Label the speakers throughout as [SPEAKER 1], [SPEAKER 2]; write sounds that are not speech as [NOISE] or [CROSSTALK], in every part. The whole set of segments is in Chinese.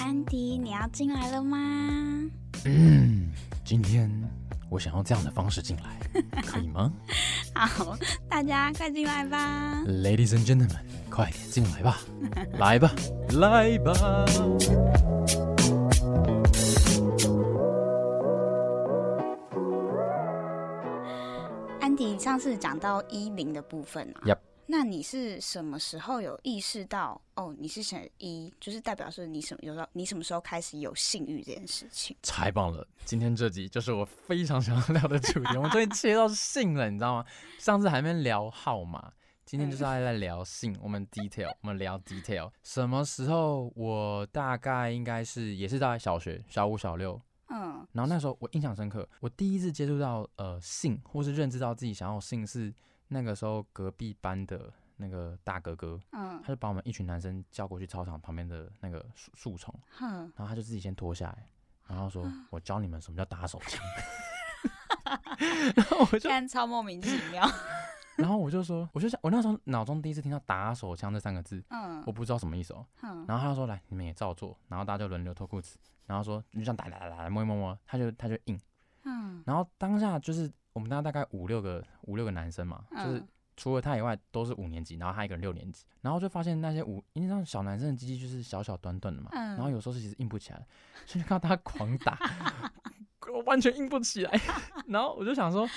[SPEAKER 1] 安迪，你要进来了吗？
[SPEAKER 2] 嗯，今天我想用这样的方式进来， [LAUGHS] 可以吗
[SPEAKER 1] [LAUGHS] 好，大家快进来吧。
[SPEAKER 2] ？Ladies and gentlemen，快点进来吧，来吧，来吧。
[SPEAKER 1] 安迪，上次讲到一零的部分啊
[SPEAKER 2] Yep
[SPEAKER 1] 那你是什么时候有意识到哦？你是选一，就是代表是你什么有时候你什么时候开始有性欲这件事情？
[SPEAKER 2] 太棒了！今天这集就是我非常想要聊的主题，我们终于切到性了，你知道吗？上次还没聊号码，今天就是要来聊 [LAUGHS] 性。我们 detail，我们聊 detail。什么时候？我大概应该是也是在小学小五、小六，
[SPEAKER 1] 嗯，
[SPEAKER 2] 然后那时候我印象深刻，我第一次接触到呃性，或是认知到自己想要性，是那个时候隔壁班的那个大哥哥，
[SPEAKER 1] 嗯
[SPEAKER 2] 他就把我们一群男生叫过去操场旁边的那个树树丛，
[SPEAKER 1] 哼，
[SPEAKER 2] 然后他就自己先脱下来，然后说：“我教你们什么叫打手枪。”然后我就，
[SPEAKER 1] 但超莫名其妙。
[SPEAKER 2] 然后我就说，我就想，我那时候脑中第一次听到“打手枪”这三个字，
[SPEAKER 1] [LAUGHS] 嗯
[SPEAKER 2] 我不知道什么意思哦。
[SPEAKER 1] 哼，
[SPEAKER 2] 然后他就说：“来，你们也照做。”然后大家就轮流脱裤子，然后说：“你就这样打打打打，摸一摸摸。”他就他就硬。
[SPEAKER 1] 嗯
[SPEAKER 2] 然后当下就是我们大家大概五六个五六个男生嘛，就是
[SPEAKER 1] 嗯
[SPEAKER 2] 除了他以外都是五年级，然后他一个人六年级，然后就发现那些五，因为那种小男生的鸡鸡就是小小短短的嘛，
[SPEAKER 1] 嗯
[SPEAKER 2] 然后有时候是其实硬不起来，所以就看到他狂打，我完全硬不起来，然后我就想说。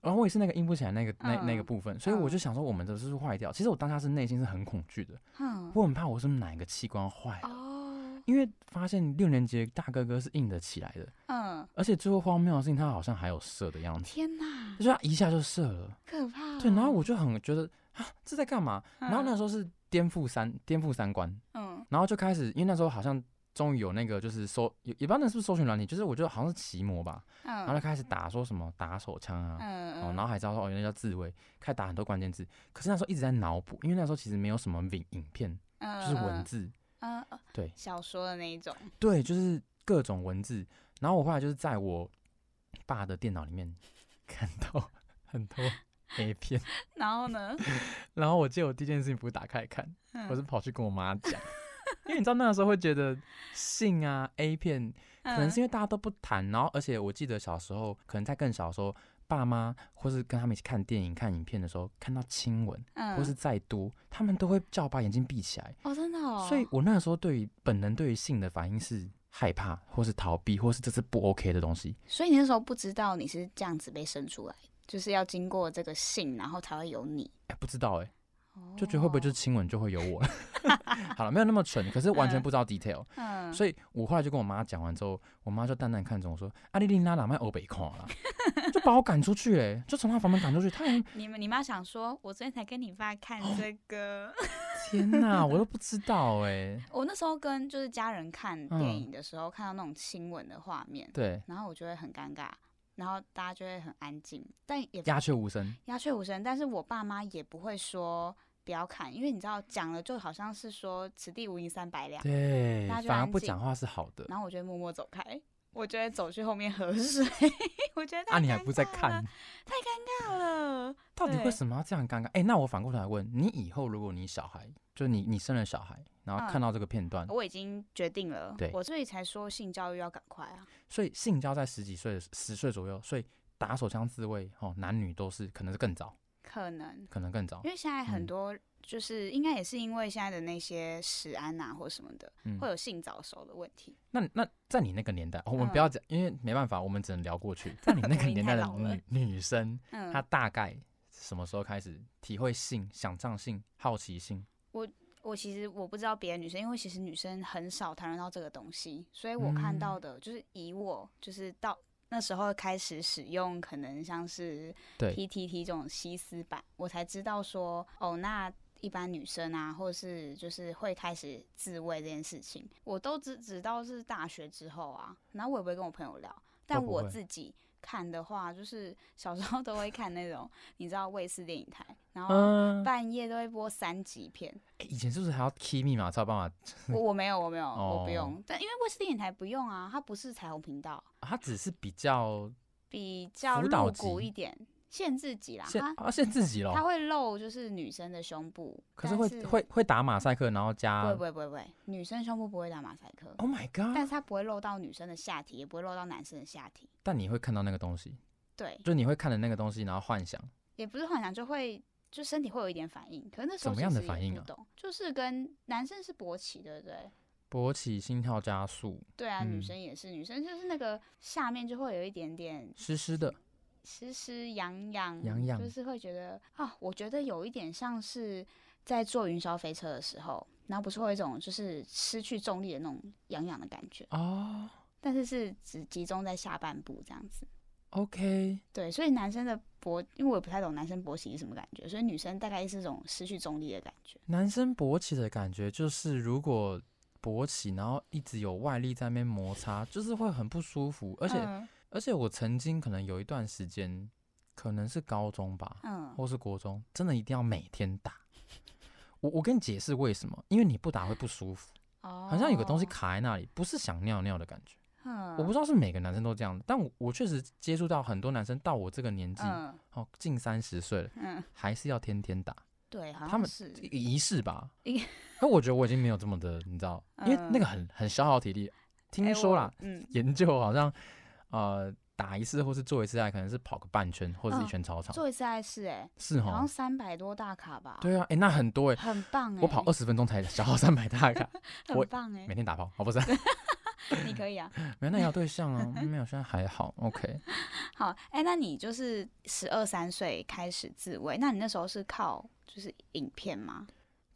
[SPEAKER 2] 然后我也是那个硬不起来那个那那个
[SPEAKER 1] 嗯
[SPEAKER 2] 部分，所以我就
[SPEAKER 1] 嗯
[SPEAKER 2] 想说我们的是不是坏掉。其实我当下是内心是很恐惧的，
[SPEAKER 1] 哼，
[SPEAKER 2] 我很怕我是不是哪一个器官坏了，
[SPEAKER 1] 哦，
[SPEAKER 2] 因为发现六年级的大哥哥是硬得起来的，
[SPEAKER 1] 嗯，
[SPEAKER 2] 而且最后荒谬的事情他好像还有射的样子。
[SPEAKER 1] 天哪，
[SPEAKER 2] 就是他一下就射了，
[SPEAKER 1] 可怕嗯哦、
[SPEAKER 2] 对，然后我就很觉得啊，这在干嘛？
[SPEAKER 1] 嗯，
[SPEAKER 2] 然后那时候是颠覆三颠覆三观，
[SPEAKER 1] 嗯
[SPEAKER 2] 然后就开始，因为那时候好像终于有那个就是搜，也也不知道那是不是搜寻软体，就是我觉得好像是奇摩吧，
[SPEAKER 1] 嗯，
[SPEAKER 2] 然后就开始打说什么打手枪啊，
[SPEAKER 1] 嗯，
[SPEAKER 2] 哦，然后还知道说哦原来叫自慰，开始打很多关键字，可是那时候一直在脑补，因为那时候其实没有什么影影片，就
[SPEAKER 1] 嗯
[SPEAKER 2] 是文，字，
[SPEAKER 1] 嗯，嗯
[SPEAKER 2] 对
[SPEAKER 1] 小说的那一种，
[SPEAKER 2] 对，就是各种文字，然后我后来就是在我爸的电脑里面 [LAUGHS] 看到很多 A 片。
[SPEAKER 1] [LAUGHS] 然后呢，
[SPEAKER 2] 然后我记得我第一件事情不是打开来看，
[SPEAKER 1] 嗯
[SPEAKER 2] [LAUGHS] 我是跑去跟我妈讲， [LAUGHS] 因为你知道那个时候会觉得性啊 A 片，
[SPEAKER 1] 嗯
[SPEAKER 2] 可能是因为大家都不谈，然后而且我记得小时候，可能在更小的时候，爸妈或是跟他们一起看电影、看影片的时候，看到亲吻
[SPEAKER 1] 嗯，
[SPEAKER 2] 或是再多，他们都会叫我把眼睛闭起来，
[SPEAKER 1] 哦，真的哦，
[SPEAKER 2] 所以我那个时候对于本能对于性的反应是害怕，或是逃避，或是这是不 OK 的东西。
[SPEAKER 1] 所以你那时候不知道你是这样子被生出来，就是要经过这个性，然后才会有你，
[SPEAKER 2] 哎，不知道哎、
[SPEAKER 1] 哦
[SPEAKER 2] 就觉得会不会就是亲吻就会有
[SPEAKER 1] [LAUGHS]
[SPEAKER 2] 我 [LAUGHS] 了？好了，没有那么蠢，可是完全不知道 detail。
[SPEAKER 1] 嗯，
[SPEAKER 2] 所以我后来就跟我妈讲完之后，我妈就淡淡看着我说：“啊阿丽丽娜哪卖欧北看啦？” [LAUGHS] 就把我赶出去、欸，就从她房门赶出去。她还
[SPEAKER 1] 你们你妈想说，我昨天才跟你爸看这
[SPEAKER 2] 哦
[SPEAKER 1] 个，
[SPEAKER 2] 天哪，我都不知道哎、
[SPEAKER 1] [LAUGHS] 我那时候跟就是家人看
[SPEAKER 2] 嗯
[SPEAKER 1] 电影的时候，看到那种亲吻的画面，
[SPEAKER 2] 对，
[SPEAKER 1] 然后我就会很尴尬，然后大家就会很安静，但也
[SPEAKER 2] 鸦雀无声。
[SPEAKER 1] 鸦雀无声，但是我爸妈也不会说不要看，因为你知道讲了就好像是说此地无银三百两，
[SPEAKER 2] 对
[SPEAKER 1] 大家，就
[SPEAKER 2] 反而
[SPEAKER 1] 安
[SPEAKER 2] 不
[SPEAKER 1] 静
[SPEAKER 2] 讲话是好的。
[SPEAKER 1] 然后我就会默默走开，我就会走去后面喝水， [LAUGHS] 我觉得太
[SPEAKER 2] 啊，你还
[SPEAKER 1] 尴
[SPEAKER 2] 不在
[SPEAKER 1] 尬
[SPEAKER 2] 看
[SPEAKER 1] 了，，太尴尬了，
[SPEAKER 2] 到底为
[SPEAKER 1] 对
[SPEAKER 2] 什么要这样尴尬？哎、那我反过来问你，以后如果你小孩，就是你你生了小孩，然后看
[SPEAKER 1] 嗯
[SPEAKER 2] 到这个片段，
[SPEAKER 1] 我已经决定了，
[SPEAKER 2] 对
[SPEAKER 1] 我所以才说性教育要赶快啊。
[SPEAKER 2] 所以性交在十几岁的十岁左右，所以打手枪自慰，哦，男女都是，可能是更早，
[SPEAKER 1] 可能
[SPEAKER 2] 可能更早
[SPEAKER 1] 因。为现在很
[SPEAKER 2] 嗯
[SPEAKER 1] 多就是、应该也是因为现在的那些食安啊或什么的，
[SPEAKER 2] 嗯
[SPEAKER 1] 会有性早熟的问题。
[SPEAKER 2] 那那在你那个年代，哦我们
[SPEAKER 1] 嗯
[SPEAKER 2] 不要讲，因为没办法，我们只能聊
[SPEAKER 1] [LAUGHS]
[SPEAKER 2] 过去。在你那
[SPEAKER 1] 我
[SPEAKER 2] 个
[SPEAKER 1] 们
[SPEAKER 2] 年
[SPEAKER 1] 太
[SPEAKER 2] 代的
[SPEAKER 1] 老了
[SPEAKER 2] 女女生，
[SPEAKER 1] 嗯，
[SPEAKER 2] 她大概什么时候开始体会性、想象性、好奇性？
[SPEAKER 1] 我其实我不知道别的女生，因为其实女生很少谈论到这个东西，所以我看
[SPEAKER 2] 嗯
[SPEAKER 1] 到的就是以我就是到。那时候开始使用，可能像是
[SPEAKER 2] 对
[SPEAKER 1] PTT 这种西斯版，我才知道说，哦，那一般女生啊，或是就是会开始自慰这件事情，我都只知道是大学之后啊，然后我也不会跟我朋友聊，但
[SPEAKER 2] 哦不
[SPEAKER 1] 我
[SPEAKER 2] 会
[SPEAKER 1] 自己看的话，就是小时候都会看那种，你知道卫视电影台，然后
[SPEAKER 2] 嗯、
[SPEAKER 1] 半夜都会播三级片，
[SPEAKER 2] 诶以前是不是还要 key 密码才有办法？
[SPEAKER 1] 我我没有，我没有，我
[SPEAKER 2] 哦
[SPEAKER 1] 不用。但因为卫视电影台不用啊，它不是彩虹频道，
[SPEAKER 2] 啊它只是比较
[SPEAKER 1] 比较
[SPEAKER 2] 辅导
[SPEAKER 1] 露骨
[SPEAKER 2] 级
[SPEAKER 1] 一点。限自己啦，
[SPEAKER 2] 限
[SPEAKER 1] 他
[SPEAKER 2] 啊限自己
[SPEAKER 1] 他
[SPEAKER 2] 咯。
[SPEAKER 1] 会露就是女生的胸部，
[SPEAKER 2] 可是
[SPEAKER 1] 但
[SPEAKER 2] 会啊会会打马赛克，然后
[SPEAKER 1] 不
[SPEAKER 2] 加
[SPEAKER 1] 会不会不会不会，女生胸部不会打马赛克，
[SPEAKER 2] Oh my
[SPEAKER 1] 但
[SPEAKER 2] god！
[SPEAKER 1] 是他不会露到女生的下体，也不会露到男生的下体，
[SPEAKER 2] 但你会看到那个东西，
[SPEAKER 1] 对，
[SPEAKER 2] 就你会看着那个东西，然后幻想。
[SPEAKER 1] 也不是幻想，就会就身体会有一点反应，可是那时
[SPEAKER 2] 怎
[SPEAKER 1] 候
[SPEAKER 2] 么
[SPEAKER 1] 其
[SPEAKER 2] 样的
[SPEAKER 1] 实也
[SPEAKER 2] 反应
[SPEAKER 1] 不
[SPEAKER 2] 啊
[SPEAKER 1] 懂，就是跟男生是勃起，对不对？
[SPEAKER 2] 勃起、心跳加速，
[SPEAKER 1] 对啊，
[SPEAKER 2] 嗯
[SPEAKER 1] 女生也是，女生就是那个下面就会有一点点
[SPEAKER 2] 湿湿的，
[SPEAKER 1] 湿湿痒痒，
[SPEAKER 2] 痒痒
[SPEAKER 1] 就是会觉得啊，我觉得有一点像是在坐云霄飞车的时候，然后不是会有一种就是失去重力的那种痒痒的感觉，
[SPEAKER 2] 哦
[SPEAKER 1] 但是是只集中在下半部这样子。
[SPEAKER 2] ，OK，
[SPEAKER 1] 对，所以男生的勃，因为我也不太懂男生勃起是什么感觉，所以女生大概是一种失去重力的感觉。
[SPEAKER 2] 男生勃起的感觉就是，如果勃起，然后一直有外力在那边摩擦，就是会很不舒服。而且、
[SPEAKER 1] 嗯
[SPEAKER 2] 而且我曾经可能有一段时间，可能是高中吧，
[SPEAKER 1] 嗯
[SPEAKER 2] 或是国中，真的一定要每天打。我我跟你解释为什么，因为你不打会不舒服，
[SPEAKER 1] 哦，
[SPEAKER 2] 好像有个东西，卡在那里，不是想尿尿的感觉。
[SPEAKER 1] 嗯，
[SPEAKER 2] 我不知道是每个男生都这样，但我我确实接触到很多男生，到我这个年纪，
[SPEAKER 1] 嗯
[SPEAKER 2] 哦，近三十岁了，
[SPEAKER 1] 嗯，
[SPEAKER 2] 还是要天天打。
[SPEAKER 1] 对，好
[SPEAKER 2] 他
[SPEAKER 1] 像
[SPEAKER 2] 们
[SPEAKER 1] 是
[SPEAKER 2] 一个仪式吧
[SPEAKER 1] 一个。
[SPEAKER 2] 可我觉得我已经没有这么的，你知道，因为那个很很消耗体力。听说啦，，
[SPEAKER 1] 嗯哎我嗯，
[SPEAKER 2] 研究好像呃打一次或是做一次爱，可能是跑个半圈或者是一
[SPEAKER 1] 嗯
[SPEAKER 2] 圈操场，
[SPEAKER 1] 做一次爱是哎，
[SPEAKER 2] 是
[SPEAKER 1] 好像
[SPEAKER 2] 哈？
[SPEAKER 1] 三百多大卡吧，，
[SPEAKER 2] 哦对啊，哎、那很多哎、
[SPEAKER 1] 很棒哎，
[SPEAKER 2] 我跑二十分钟才消耗三百
[SPEAKER 1] [LAUGHS]
[SPEAKER 2] 大卡，我
[SPEAKER 1] 很棒哎
[SPEAKER 2] 每，天打炮哦，不
[SPEAKER 1] [LAUGHS]
[SPEAKER 2] 是，
[SPEAKER 1] 你可以啊。
[SPEAKER 2] 没有那也要对象啊，没有，现在还
[SPEAKER 1] [LAUGHS]
[SPEAKER 2] 好，OK。
[SPEAKER 1] 好，哎，那你就是十二三岁开始自慰，那你那时候是靠就是影片吗？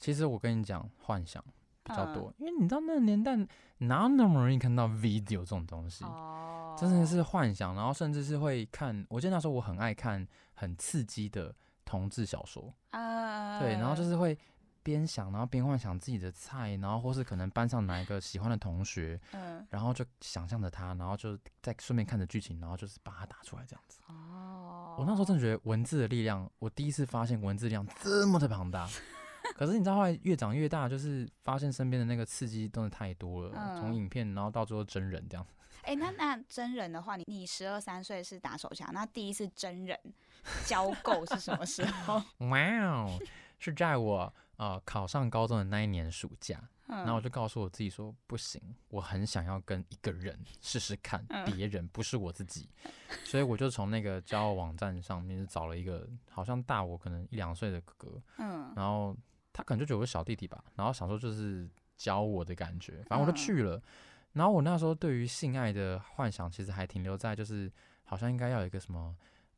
[SPEAKER 2] 其实我跟你讲，幻想比较
[SPEAKER 1] 嗯
[SPEAKER 2] 多，因为你知道那个年代哪有那么容易看到 video 这种东西，
[SPEAKER 1] 哦，
[SPEAKER 2] 真的是幻想，然后甚至是会看。我记得那时候我很爱看很刺激的同志小说，
[SPEAKER 1] 呃，
[SPEAKER 2] 对，然后就是会边想，然后边幻想自己的菜，然后或是可能班上哪一个喜欢的同学，
[SPEAKER 1] 嗯，
[SPEAKER 2] 然后就想象着他，然后就再顺便看着剧情，然后就是把它打出来这样子。
[SPEAKER 1] 哦，
[SPEAKER 2] 我那时候真的觉得文字的力量，我第一次发现文字力量这么的
[SPEAKER 1] [LAUGHS]
[SPEAKER 2] 庞大。可是你知道，后来越长越大，就是发现身边的那个刺激真的太多了，从、
[SPEAKER 1] 嗯
[SPEAKER 2] 影片，然后到最后真人这样。
[SPEAKER 1] 哎、那那真人的话，你你十二三岁是打手枪，那第一次真人
[SPEAKER 2] [LAUGHS]
[SPEAKER 1] 交够是什么时候？
[SPEAKER 2] 哇哦，是在我呃考上高中的那一年暑假，然后我
[SPEAKER 1] 嗯，
[SPEAKER 2] 就告诉我自己说，不行，我很想要跟一个人试试看，
[SPEAKER 1] 嗯
[SPEAKER 2] 别人不是我自己，所以我就从那个交友网站上面就找了一个好像大我可能一两岁的哥哥，
[SPEAKER 1] 嗯，
[SPEAKER 2] 然后他可能就觉得我是小弟弟吧，然后想说就是教我的感觉，反正我
[SPEAKER 1] 嗯
[SPEAKER 2] 就去了。然后我那时候对于性爱的幻想，其实还停留在就是好像应该要有一个什么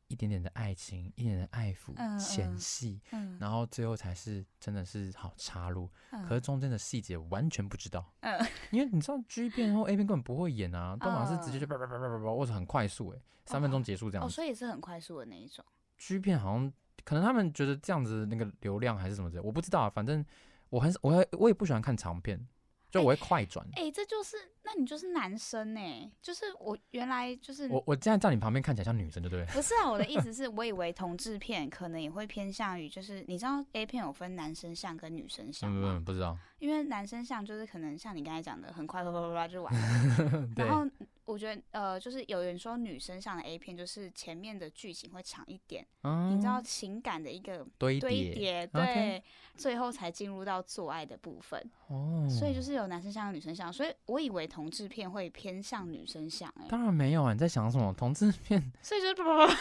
[SPEAKER 2] 一点点的爱情，一点点的爱抚、
[SPEAKER 1] 嗯
[SPEAKER 2] 前
[SPEAKER 1] 嗯
[SPEAKER 2] 戏，
[SPEAKER 1] 嗯，
[SPEAKER 2] 然后最后才是真的是好插入。
[SPEAKER 1] 嗯
[SPEAKER 2] 可是中间的细节完全不知道，
[SPEAKER 1] 嗯
[SPEAKER 2] 因为你知道 G 片或 A 片根本不会演啊，都好像是直接就叭叭叭叭叭叭，或者很快速、欸，三分钟结束这样
[SPEAKER 1] 哦，
[SPEAKER 2] 子。
[SPEAKER 1] 所以是很快速的那一种。
[SPEAKER 2] G 片好像可能他们觉得这样子那个流量还是什么之类，我不知道啊，反正我很我也我也不喜欢看长片，就我会快转。
[SPEAKER 1] 哎、这就是，那你就是男生呢、欸就是我原来就是。
[SPEAKER 2] 我我现在在你旁边看起来像女生，对不对？
[SPEAKER 1] [LAUGHS] 不是啊，我的意思是，我以为同志片可能也会偏向于，就是你知道 A 片有分男生向跟女生向
[SPEAKER 2] 嗯，
[SPEAKER 1] 吗？
[SPEAKER 2] 不不知道。
[SPEAKER 1] 因为男生像就是可能像你刚才讲的，很快啪啪啪啪就完了。
[SPEAKER 2] [LAUGHS] 对
[SPEAKER 1] 然后我觉得呃，就是有人说女生像的 A 片，就是前面的剧情会长一点，
[SPEAKER 2] 嗯，
[SPEAKER 1] 你知道情感的一个
[SPEAKER 2] 堆
[SPEAKER 1] 堆
[SPEAKER 2] 嗯叠
[SPEAKER 1] 叠，对
[SPEAKER 2] OK
[SPEAKER 1] 最后才进入到做爱的部分。
[SPEAKER 2] 哦，
[SPEAKER 1] 所以就是有男生像跟女生像，所以我以为同志片会偏向女生像、欸，
[SPEAKER 2] 当然没有啊，你在想什么？同志片
[SPEAKER 1] 所以就是啪啪啪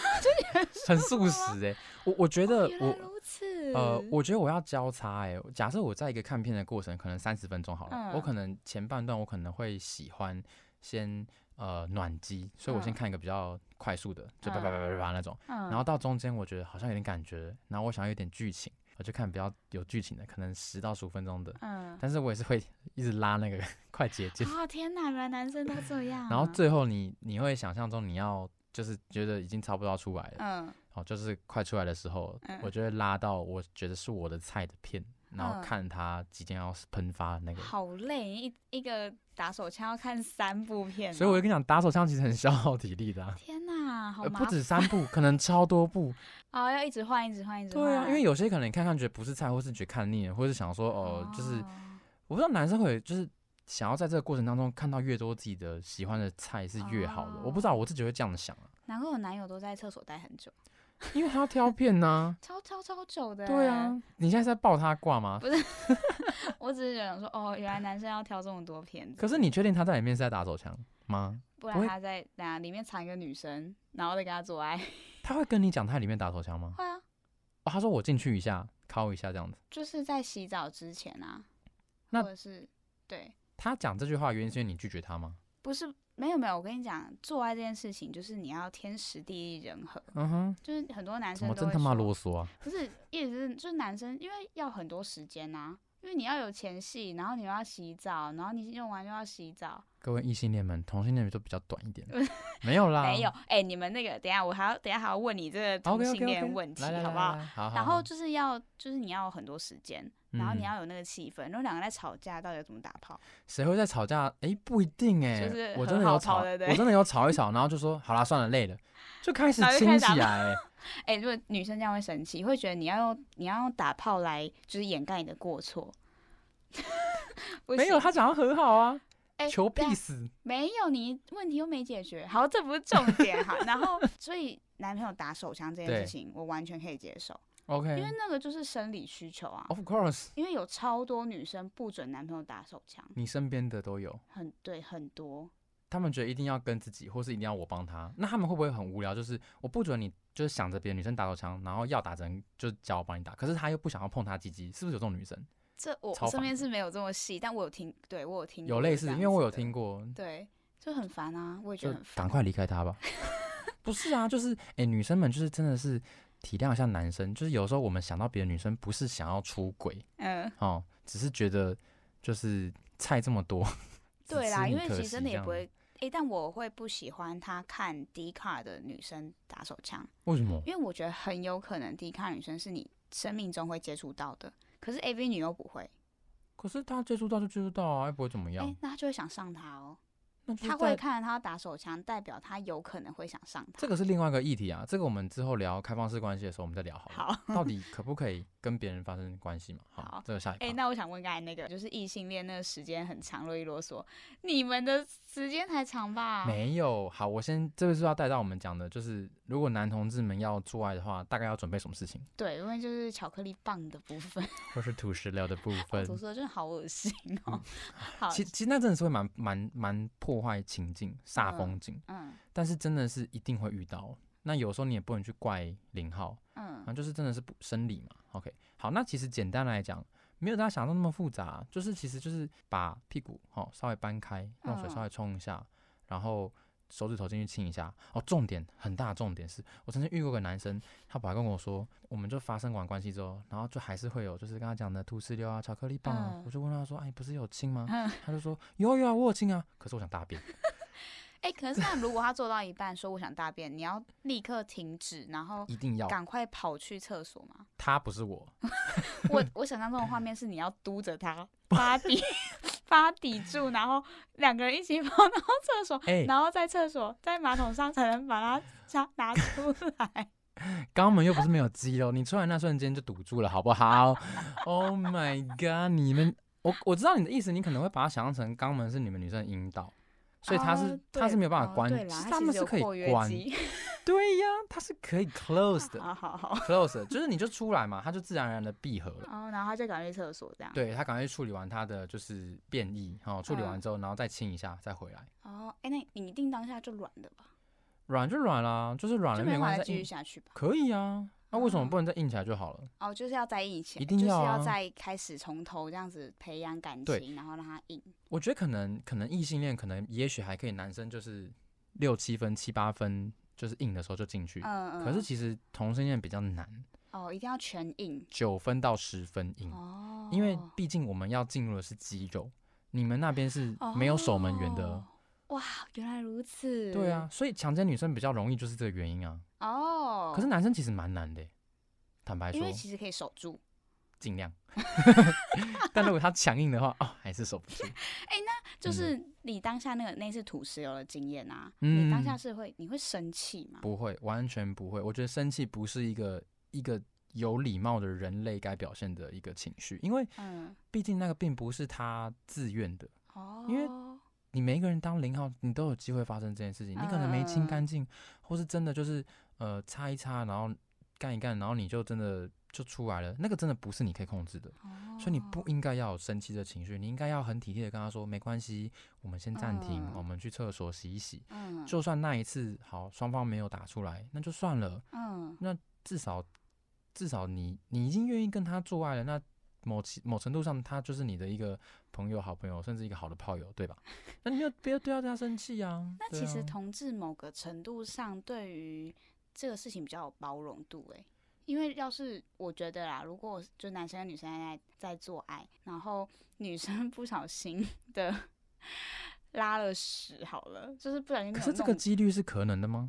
[SPEAKER 1] 啪
[SPEAKER 2] 很速食哎、我我觉得
[SPEAKER 1] 原
[SPEAKER 2] 我
[SPEAKER 1] 来如此。
[SPEAKER 2] 呃，我觉得我要交叉哎、假设我在一个看片的过程，可能三十分钟好了，我
[SPEAKER 1] 嗯
[SPEAKER 2] 可能前半段我可能会喜欢先呃暖机，所以我先
[SPEAKER 1] 嗯
[SPEAKER 2] 看一个比较快速的，就叭叭叭叭叭叭那种，
[SPEAKER 1] 嗯，
[SPEAKER 2] 然后到中间我觉得好像有点感觉，然后我想要有点剧情，我就看比较有剧情的，可能十到十五分钟的，
[SPEAKER 1] 嗯，
[SPEAKER 2] 但是我也是会一直拉那个快捷键，
[SPEAKER 1] 哦天哪，原来男生都这样啊、
[SPEAKER 2] 然后最后你你会想象中你要就是觉得已经差不多要出来了，
[SPEAKER 1] 嗯
[SPEAKER 2] 哦，就是快出来的时候，
[SPEAKER 1] 嗯
[SPEAKER 2] 我就会拉到我觉得是我的菜的片，然后
[SPEAKER 1] 嗯
[SPEAKER 2] 看它即将要喷发的那个。
[SPEAKER 1] 好累，一一个打手枪要看三部片哦、
[SPEAKER 2] 所以我就跟你讲，打手枪其实很消耗体力的啊、
[SPEAKER 1] 天哪，好
[SPEAKER 2] 呃
[SPEAKER 1] 麻
[SPEAKER 2] 不
[SPEAKER 1] 烦
[SPEAKER 2] 止三部，可能超多
[SPEAKER 1] [LAUGHS]
[SPEAKER 2] 部。
[SPEAKER 1] 哦，要一直换，一直换，一直换。
[SPEAKER 2] 对啊，因为有些可能你看看觉得不是菜，或是觉得看腻了，或是想说哦、就是我不知道男生会有就是想要在这个过程当中看到越多自己的
[SPEAKER 1] 哦
[SPEAKER 2] 喜欢的菜是越好的。我不知道，我自己会这样想啊。
[SPEAKER 1] 难怪我男友都在厕所待很久。
[SPEAKER 2] 因为他要挑
[SPEAKER 1] [LAUGHS]
[SPEAKER 2] 片呐、
[SPEAKER 1] 超超超久的、欸
[SPEAKER 2] 对啊，，你现在是在爆他卦吗？
[SPEAKER 1] [LAUGHS] 我只是想说，哦，原来男生要挑这么多片子，
[SPEAKER 2] 可是你确定他在里面是在打手枪吗？
[SPEAKER 1] 不
[SPEAKER 2] 不
[SPEAKER 1] 然
[SPEAKER 2] 会
[SPEAKER 1] 他在哪里面藏一个女生，然后再跟他做
[SPEAKER 2] [LAUGHS]
[SPEAKER 1] 爱，
[SPEAKER 2] 他会跟你讲他在里面打手枪吗？
[SPEAKER 1] 会啊，
[SPEAKER 2] 哦，他说我进去一下，敲一下这样子。
[SPEAKER 1] 就是在洗澡之前啊，
[SPEAKER 2] 那
[SPEAKER 1] 或者是对，
[SPEAKER 2] 他讲这句话的原因是因为你拒绝他吗？
[SPEAKER 1] 不是没有没有，我跟你讲，做爱这件事情就是你要天时地利人和，
[SPEAKER 2] 嗯哼，
[SPEAKER 1] 就是很多男
[SPEAKER 2] 怎
[SPEAKER 1] 生
[SPEAKER 2] 么
[SPEAKER 1] 都
[SPEAKER 2] 真
[SPEAKER 1] 会
[SPEAKER 2] 他妈
[SPEAKER 1] 说
[SPEAKER 2] 啰嗦啊！
[SPEAKER 1] 不是，意思是就是男生，因为要很多时间呐、因为你要有前戏，然后你又要洗澡，然后你用完又要洗澡。
[SPEAKER 2] 各位异性恋们，同性恋们都比较短
[SPEAKER 1] [LAUGHS]
[SPEAKER 2] 一点，没有啦，
[SPEAKER 1] 没有，哎、你们那个等一下我还要等一下还要问你这个同
[SPEAKER 2] OK
[SPEAKER 1] 性
[SPEAKER 2] OK
[SPEAKER 1] 恋
[SPEAKER 2] OK，
[SPEAKER 1] 问题
[SPEAKER 2] 来来
[SPEAKER 1] 好不
[SPEAKER 2] 来
[SPEAKER 1] 好？
[SPEAKER 2] 来好好
[SPEAKER 1] 然后
[SPEAKER 2] 好
[SPEAKER 1] 就是要就是你要有很多时间，然后
[SPEAKER 2] 嗯
[SPEAKER 1] 你要有那个气氛。如果两个在吵架，到底要怎么打炮？
[SPEAKER 2] 谁会在吵架？哎、不一定哎、
[SPEAKER 1] 就是
[SPEAKER 2] 我
[SPEAKER 1] 很
[SPEAKER 2] 真的
[SPEAKER 1] 好
[SPEAKER 2] 有
[SPEAKER 1] 吵
[SPEAKER 2] 吵，
[SPEAKER 1] 对不对
[SPEAKER 2] 我真的有吵一吵，然后就
[SPEAKER 1] [LAUGHS]
[SPEAKER 2] 说好啦，算了，累了，就开始
[SPEAKER 1] 然后就开
[SPEAKER 2] 亲
[SPEAKER 1] 始打
[SPEAKER 2] 起来、欸。
[SPEAKER 1] 哎、如果女生这样会生气，会觉得你要用你要用打炮来就是掩盖你的过错。 [LAUGHS] 不
[SPEAKER 2] 没有，
[SPEAKER 1] 行
[SPEAKER 2] 他讲的很好啊，
[SPEAKER 1] 哎
[SPEAKER 2] 求
[SPEAKER 1] 等一下
[SPEAKER 2] peace。
[SPEAKER 1] 没有，你问题又没解决。好，这不是重点。好， [LAUGHS] 然后所以男朋友打手枪这件
[SPEAKER 2] 对嗯
[SPEAKER 1] 事情，我完全可以接受，因
[SPEAKER 2] OK
[SPEAKER 1] 为。那个就是生理需求啊。
[SPEAKER 2] Of course，
[SPEAKER 1] 因为有超多女生不准男朋友打手枪，
[SPEAKER 2] 你身边的都有，
[SPEAKER 1] 很对，很多。
[SPEAKER 2] 他们觉得一定要跟自己，或是一定要我帮他，那他们会不会很无聊？就是我不准你，就是想着别的女生打手枪，然后要打针就是叫我帮你打，可是他又不想要碰他鸡鸡，是不是有这种女
[SPEAKER 1] 嗯
[SPEAKER 2] 生？
[SPEAKER 1] 这我
[SPEAKER 2] 超
[SPEAKER 1] 身
[SPEAKER 2] 烦
[SPEAKER 1] 边是没有这么细，但我有听，对我有听过
[SPEAKER 2] 有类
[SPEAKER 1] 这
[SPEAKER 2] 似，
[SPEAKER 1] 样
[SPEAKER 2] 因为我
[SPEAKER 1] 子
[SPEAKER 2] 有
[SPEAKER 1] 的
[SPEAKER 2] 听，过，
[SPEAKER 1] 对，就很烦啊，我也觉
[SPEAKER 2] 就
[SPEAKER 1] 得很烦。
[SPEAKER 2] 赶快离
[SPEAKER 1] [LAUGHS]
[SPEAKER 2] 开他吧。不是啊，就是哎、诶女生们就是真的是体谅一下男生，就是有时候我们想到别的女生，不是想要出轨
[SPEAKER 1] 嗯，
[SPEAKER 2] 哦，只是觉得就是菜这么多， [LAUGHS] 只
[SPEAKER 1] 对啦，
[SPEAKER 2] 吃
[SPEAKER 1] 因
[SPEAKER 2] 你
[SPEAKER 1] 为
[SPEAKER 2] 可
[SPEAKER 1] 其实
[SPEAKER 2] 惜
[SPEAKER 1] 真的
[SPEAKER 2] 这
[SPEAKER 1] 也
[SPEAKER 2] 样
[SPEAKER 1] 不会。诶，但我会不喜欢他看 D 卡的女生打手枪，
[SPEAKER 2] 为什么？
[SPEAKER 1] 因为我觉得很有可能 D 卡女生是你生命中会接触到的，可是 AV 女优不会，
[SPEAKER 2] 可是他接触到就接触到啊，又不会怎么
[SPEAKER 1] 诶，
[SPEAKER 2] 样。
[SPEAKER 1] 那她就会想上他哦。
[SPEAKER 2] 那就是
[SPEAKER 1] 他会
[SPEAKER 2] 在
[SPEAKER 1] 看着他打手枪，代表他有可能会想上他。
[SPEAKER 2] 这个是另外一个议题啊，这个我们之后聊开放式关系的时候我们再聊好了。
[SPEAKER 1] 好，
[SPEAKER 2] 到底可不可以跟别人发生关系嘛？好，
[SPEAKER 1] 好
[SPEAKER 2] 这个下一
[SPEAKER 1] 哎、
[SPEAKER 2] 趴。
[SPEAKER 1] 那我想问刚才那个，就是异性恋那个时间很长，啰里啰嗦，你们的时间才长吧？
[SPEAKER 2] 没有，好，我先这个是要带到我们讲的，就是如果男同志们要做爱的话，大概要准备什么事情，
[SPEAKER 1] 对，因为就是巧克力棒的部分，
[SPEAKER 2] 或是土石流的部分。嗯
[SPEAKER 1] 我说真的好恶心哦。好，
[SPEAKER 2] 其其实那真的是会蛮蛮蛮破坏情境、煞风景，
[SPEAKER 1] 嗯
[SPEAKER 2] 但是真的是一定会遇到。哦那有时候你也不能去怪零号，
[SPEAKER 1] 嗯
[SPEAKER 2] 啊，就是真的是不生理嘛。OK，好，那其实简单来讲，没有大家想象那么复杂，就是其实就是把屁股哦稍微搬开，用水稍
[SPEAKER 1] 嗯
[SPEAKER 2] 微冲一下，然后手指头进去亲一下。哦，重点很大的重点是我曾经遇过个男生，他本来跟我说，我们就发生完关系之后，然后就还是会有就是跟他讲的吐石榴啊、巧克力棒啊，
[SPEAKER 1] 嗯
[SPEAKER 2] 我就问他说，哎，不是有亲吗？
[SPEAKER 1] 嗯，
[SPEAKER 2] 他就说有啊有啊，我有亲啊，可是我想大便。
[SPEAKER 1] 哎、可是那如果他做到一半说我想大便，你要立刻停止，然后
[SPEAKER 2] 一定要，
[SPEAKER 1] 赶快跑去厕所吗？
[SPEAKER 2] 他不是我，
[SPEAKER 1] 我我想象中的画面是你要嘟着
[SPEAKER 2] [LAUGHS]
[SPEAKER 1] 他，把他抵把他抵住，然后两个人一起跑到厕所，
[SPEAKER 2] 哎、
[SPEAKER 1] 然后在厕所在马桶上才能把
[SPEAKER 2] [LAUGHS]
[SPEAKER 1] 它拿拿出来。
[SPEAKER 2] 肛门又不是没有肌肉，你出来那瞬间就堵住了，好
[SPEAKER 1] [LAUGHS]
[SPEAKER 2] 不好？Oh my god！你们，我我知道你的意思，你可能会把它想象成肛门是你们女生的阴道，所以它是、
[SPEAKER 1] 哦
[SPEAKER 2] 它是没有办法
[SPEAKER 1] 对
[SPEAKER 2] 关，
[SPEAKER 1] 哦对啦
[SPEAKER 2] 是
[SPEAKER 1] 它
[SPEAKER 2] 它
[SPEAKER 1] 其
[SPEAKER 2] 们
[SPEAKER 1] 实
[SPEAKER 2] 是
[SPEAKER 1] 有
[SPEAKER 2] 可
[SPEAKER 1] 括
[SPEAKER 2] 以
[SPEAKER 1] 约
[SPEAKER 2] 关，
[SPEAKER 1] 肌
[SPEAKER 2] 对呀，它是可以 close 的
[SPEAKER 1] [LAUGHS] 好好
[SPEAKER 2] [LAUGHS]
[SPEAKER 1] 好。
[SPEAKER 2] ，close 的就是你就出来嘛，它就自然而然的闭合了。
[SPEAKER 1] 哦，然后他就赶去厕所这样。。
[SPEAKER 2] 对它赶快处理完它的就是变异，好、处理完
[SPEAKER 1] 嗯
[SPEAKER 2] 之后，然后再亲一下，再回来，
[SPEAKER 1] 哦，哎，那你一定当下就软的吧？
[SPEAKER 2] 软就软啦，就是软
[SPEAKER 1] 就
[SPEAKER 2] 了
[SPEAKER 1] 没
[SPEAKER 2] 没
[SPEAKER 1] 有办
[SPEAKER 2] 关
[SPEAKER 1] 法
[SPEAKER 2] 系，嗯
[SPEAKER 1] 再
[SPEAKER 2] 再
[SPEAKER 1] 继续
[SPEAKER 2] 硬
[SPEAKER 1] 下去吧？
[SPEAKER 2] 可以啊，那、为什么
[SPEAKER 1] 哦
[SPEAKER 2] 不能再硬起来就好了？
[SPEAKER 1] 哦，就是要在一起，
[SPEAKER 2] 一定要
[SPEAKER 1] 就是要
[SPEAKER 2] 啊
[SPEAKER 1] 再开始从头这样子培养感
[SPEAKER 2] 对
[SPEAKER 1] 情，然后让他硬。
[SPEAKER 2] 我觉得可能可能异性恋可能也许还可以，男生就是六七分七八分就是硬的时候就进去，
[SPEAKER 1] 嗯嗯。
[SPEAKER 2] 可是其实同性恋比较难，
[SPEAKER 1] 哦，一定要全硬。
[SPEAKER 2] 九分到十分硬，
[SPEAKER 1] 哦。
[SPEAKER 2] 嗯因为毕竟我们要进入的是肌肉，你们那边是没有守门员的，
[SPEAKER 1] 哦哇，原来如此。
[SPEAKER 2] 对啊，。所以强奸女生比较容易就是这个原因啊。
[SPEAKER 1] 哦。
[SPEAKER 2] 可是男生其实蛮难的欸，坦白
[SPEAKER 1] 因
[SPEAKER 2] 说
[SPEAKER 1] 为，其实可以守住。
[SPEAKER 2] 尽量。 [LAUGHS] 但如果他强硬的话，哦，还是守不住。
[SPEAKER 1] 就
[SPEAKER 2] 嗯
[SPEAKER 1] 是你当下那个那次吐石榴的经验啊，
[SPEAKER 2] 嗯
[SPEAKER 1] 你当下是会你会生气吗？
[SPEAKER 2] 不会，完全不会。我觉得生气不是一个一个有礼貌的人类该表现的一个情绪，因为
[SPEAKER 1] 嗯，
[SPEAKER 2] 毕竟那个并不是他自愿的。
[SPEAKER 1] 哦，
[SPEAKER 2] 因为你每一个人当零号，你都有机会发生这件事情。你可能没
[SPEAKER 1] 嗯嗯
[SPEAKER 2] 清
[SPEAKER 1] 嗯
[SPEAKER 2] 干净，或是真的就是呃擦一擦，然后干一干，然后你就真的就出来了，那个真的不是你可以控制的，
[SPEAKER 1] 哦
[SPEAKER 2] 所以你不应该要有生气的情绪，你应该要很体贴的跟他说，没关系，我们先暂停，
[SPEAKER 1] 嗯
[SPEAKER 2] 我们去厕所洗一洗。
[SPEAKER 1] 嗯
[SPEAKER 2] 就算那一次好，双方没有打出来，那就算了，
[SPEAKER 1] 嗯
[SPEAKER 2] 至少至少你你已经愿意跟他做爱了，那某其某程度上，他就是你的一个朋友、好朋友，甚至一个好的炮友，
[SPEAKER 1] [LAUGHS]
[SPEAKER 2] 对吧？那你就不要对他对他生气啊。
[SPEAKER 1] 那
[SPEAKER 2] 对
[SPEAKER 1] 其实
[SPEAKER 2] 啊
[SPEAKER 1] 同志某个程度上对于这个事情比较有包容度诶、因为要是我觉得啦，如果就男生跟女生在在做爱，然后 [LAUGHS] 女生不小心的拉了屎，好了，就是不小心没
[SPEAKER 2] 可
[SPEAKER 1] 有
[SPEAKER 2] 是这个
[SPEAKER 1] 弄
[SPEAKER 2] 几率是可能的吗？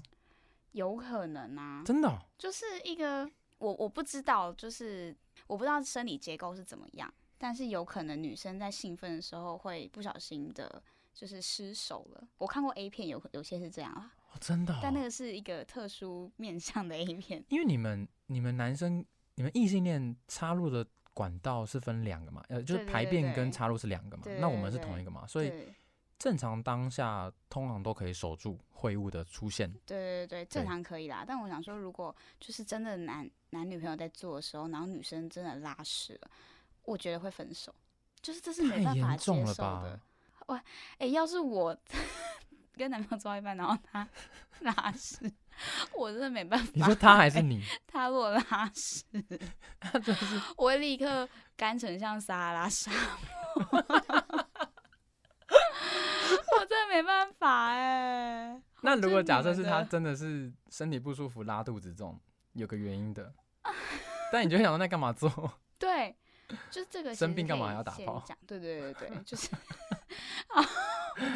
[SPEAKER 1] 有可能啊，
[SPEAKER 2] 真的哦、
[SPEAKER 1] 就是一个我我不知道，就是我不知道生理结构是怎么样，但是有可能女生在兴奋的时候会不小心的，就是失手了。我看过 A 片有有些是这样啊，
[SPEAKER 2] 哦真的、哦。
[SPEAKER 1] 但那个是一个特殊面向的 [LAUGHS] A 片，
[SPEAKER 2] 因为你们你们男生你们异性恋插入的管道是分两个嘛，呃，就是
[SPEAKER 1] 对对
[SPEAKER 2] 排
[SPEAKER 1] 对
[SPEAKER 2] 便跟
[SPEAKER 1] 对
[SPEAKER 2] 插入是两个嘛，
[SPEAKER 1] 对
[SPEAKER 2] 那
[SPEAKER 1] 对
[SPEAKER 2] 我们是
[SPEAKER 1] 对
[SPEAKER 2] 同一个嘛，所
[SPEAKER 1] 对
[SPEAKER 2] 以正常当下通常都可以守住会晤的出现。
[SPEAKER 1] 对对对，正常可以啦。但我想说，如果就是真的男男女朋友在做的时候，然后女生真的拉屎了，我觉得会分手，就是这是
[SPEAKER 2] 太
[SPEAKER 1] 没办法
[SPEAKER 2] 严
[SPEAKER 1] 接
[SPEAKER 2] 重了
[SPEAKER 1] 受的
[SPEAKER 2] 吧。？
[SPEAKER 1] 哎、要是我 [LAUGHS] 跟男朋友做到一半，然后他 [LAUGHS] 拉屎，我真的没办法。
[SPEAKER 2] 你说他还是你？
[SPEAKER 1] 他如果拉屎，
[SPEAKER 2] [LAUGHS]
[SPEAKER 1] 我会立刻干成像撒哈拉沙漠。 [LAUGHS] 我真的没办法哎、 [LAUGHS]
[SPEAKER 2] 那如果
[SPEAKER 1] 这
[SPEAKER 2] 假
[SPEAKER 1] 你
[SPEAKER 2] 设
[SPEAKER 1] 们
[SPEAKER 2] 是他
[SPEAKER 1] 的
[SPEAKER 2] 真的是身体不舒服、拉肚子这种有个原因的，但你就会想说那干嘛做？
[SPEAKER 1] 对，就是这个其
[SPEAKER 2] 生
[SPEAKER 1] 实
[SPEAKER 2] 病
[SPEAKER 1] 可
[SPEAKER 2] 干嘛
[SPEAKER 1] 以
[SPEAKER 2] 要打
[SPEAKER 1] 先
[SPEAKER 2] 炮
[SPEAKER 1] 讲对对对对，就是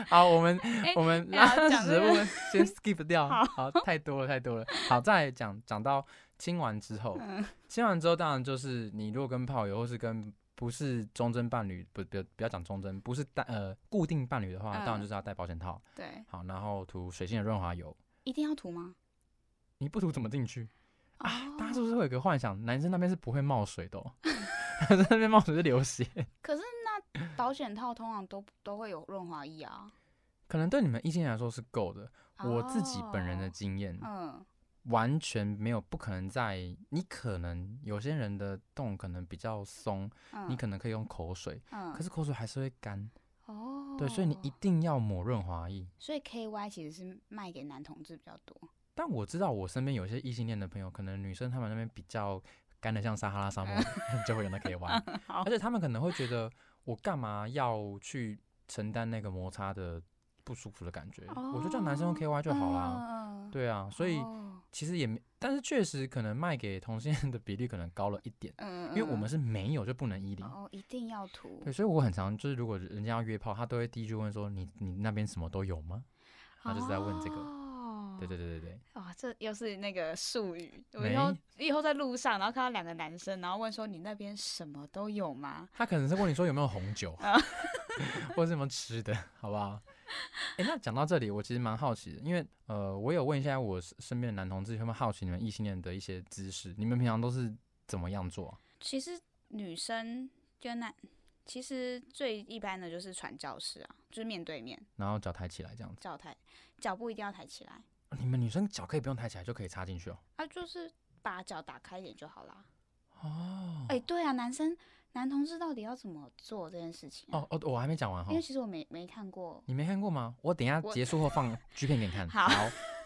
[SPEAKER 2] 好，我们、
[SPEAKER 1] [LAUGHS] 哎
[SPEAKER 2] 我们
[SPEAKER 1] 哎呀
[SPEAKER 2] 拉屎
[SPEAKER 1] 讲这
[SPEAKER 2] 的
[SPEAKER 1] 个
[SPEAKER 2] 部分先 skip 掉，
[SPEAKER 1] 好
[SPEAKER 2] 好，太多了太多了。好，再来讲讲到亲完之后，
[SPEAKER 1] 嗯
[SPEAKER 2] 亲完之后当然就是你如果跟炮友或是跟不是忠贞伴侣，不不不要讲忠贞，不是带呃固定伴侣的话，当然
[SPEAKER 1] 嗯
[SPEAKER 2] 就是要戴保险套，
[SPEAKER 1] 对，
[SPEAKER 2] 好，然后涂水性的润滑油。
[SPEAKER 1] 一定要涂吗？
[SPEAKER 2] 你不涂怎么进去？
[SPEAKER 1] 啊
[SPEAKER 2] 大家是不是会有一个幻想，男生那边是不会冒水的、哦， [LAUGHS] 男生那边冒水是流血。
[SPEAKER 1] 可是那保险套通常都都会有润滑液啊。
[SPEAKER 2] 可能对你们异性来说是够的，我自己本人的
[SPEAKER 1] 哦
[SPEAKER 2] 经验，
[SPEAKER 1] 嗯
[SPEAKER 2] 完全没有不可能在你可能有些人的洞可能比较松，
[SPEAKER 1] 嗯，
[SPEAKER 2] 你可能可以用口水，
[SPEAKER 1] 嗯，
[SPEAKER 2] 可是口水还是会干，
[SPEAKER 1] 哦，
[SPEAKER 2] 对，所以你一定要抹润滑液。
[SPEAKER 1] 所以 K Y 其实是卖给男同志比较多。
[SPEAKER 2] [LAUGHS] 但我知道我身边有一些异性恋的朋友，可能女生她们那边比较干的像撒哈拉沙漠，
[SPEAKER 1] 嗯
[SPEAKER 2] [LAUGHS] 就会有那可以玩，
[SPEAKER 1] 好
[SPEAKER 2] 而且他们可能会觉得我干嘛要去承担那个摩擦的不舒服的感觉，我就叫男生用
[SPEAKER 1] 哦
[SPEAKER 2] K Y 就好啦。
[SPEAKER 1] 嗯，
[SPEAKER 2] 对啊，所以
[SPEAKER 1] 哦
[SPEAKER 2] 其实也没，但是确实可能卖给同性恋的比例可能高了一点，
[SPEAKER 1] 嗯，
[SPEAKER 2] 因为我们
[SPEAKER 1] 嗯
[SPEAKER 2] 是没有就不能依零。
[SPEAKER 1] 哦一定要涂
[SPEAKER 2] 对，所以我很常就是，如果人家要约炮，他都会第一句问说：“你你那边什么都有吗？”他就是在问这个。
[SPEAKER 1] 哦
[SPEAKER 2] 对对对对对，
[SPEAKER 1] 哇，这又是那个术语。我
[SPEAKER 2] 没
[SPEAKER 1] 以后以后在路上，然后看到两个男生，然后问说你那边什么都有吗？
[SPEAKER 2] 他可能是问你说有没有红酒
[SPEAKER 1] 啊
[SPEAKER 2] [LAUGHS] 或者什么吃的，好不好？哎、那讲到这里，我其实蛮好奇的，因为呃，我有问一下我身身边的男同志，他们好奇你们异性恋的一些知识，你们平常都是怎么样做啊、
[SPEAKER 1] 其实女生跟男，其实最一般的就是传教士啊，就是面对面
[SPEAKER 2] 然后脚抬起来这样子，哦
[SPEAKER 1] 脚抬，脚步一定要抬起来，
[SPEAKER 2] 你们女生脚可以不用抬起来就可以插进去哦。
[SPEAKER 1] 啊，就是把脚打开一点就好啦。
[SPEAKER 2] 哦，
[SPEAKER 1] 哎、对啊，男生男同志到底要怎么做这件事情、啊？
[SPEAKER 2] 哦哦，我还没讲完哈
[SPEAKER 1] 因为，其实我没没看过。
[SPEAKER 2] 你没看过吗？我等一下
[SPEAKER 1] 我
[SPEAKER 2] 结束后放剧片给你
[SPEAKER 1] [LAUGHS]
[SPEAKER 2] 看。
[SPEAKER 1] 好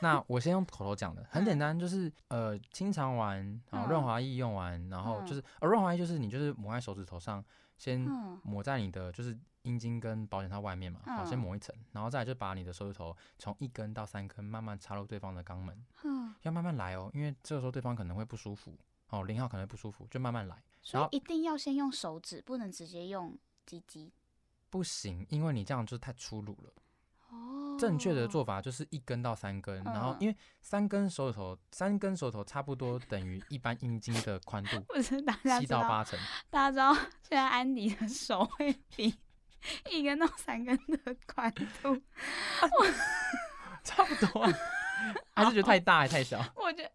[SPEAKER 2] 那我先用口头讲的，很简单，就是呃，清肠完，然后
[SPEAKER 1] 嗯
[SPEAKER 2] 润滑液用完，然后
[SPEAKER 1] 嗯
[SPEAKER 2] 就是呃，润滑液就是你就是抹在手指头上，先
[SPEAKER 1] 嗯
[SPEAKER 2] 抹在你的就是阴茎跟保险套外面嘛，好，
[SPEAKER 1] 嗯
[SPEAKER 2] 先抹一层，然后再来就把你的手指头从一根到三根慢慢插入对方的肛门，
[SPEAKER 1] 嗯，
[SPEAKER 2] 要慢慢来哦，因为这个时候对方可能会不舒服，哦，零号可能会不舒服，就慢慢来。
[SPEAKER 1] 所
[SPEAKER 2] 然后
[SPEAKER 1] 以一定要先用手指，不能直接用鸡鸡。
[SPEAKER 2] 不行，因为你这样就是太粗鲁了。
[SPEAKER 1] 哦
[SPEAKER 2] 正确的，做法就是一根到三根，然后
[SPEAKER 1] 嗯，
[SPEAKER 2] 因为三根手指头，三根手指头差不多等于一般阴茎的宽度
[SPEAKER 1] [LAUGHS] 不是大家
[SPEAKER 2] 七
[SPEAKER 1] 知
[SPEAKER 2] 到
[SPEAKER 1] 道，
[SPEAKER 2] 八成。
[SPEAKER 1] 大家知道 [LAUGHS] 现在安迪的手会比 [LAUGHS] 一根到三根的宽度， [LAUGHS]
[SPEAKER 2] 差不多啊。还是觉得太大还太小？
[SPEAKER 1] 我觉得。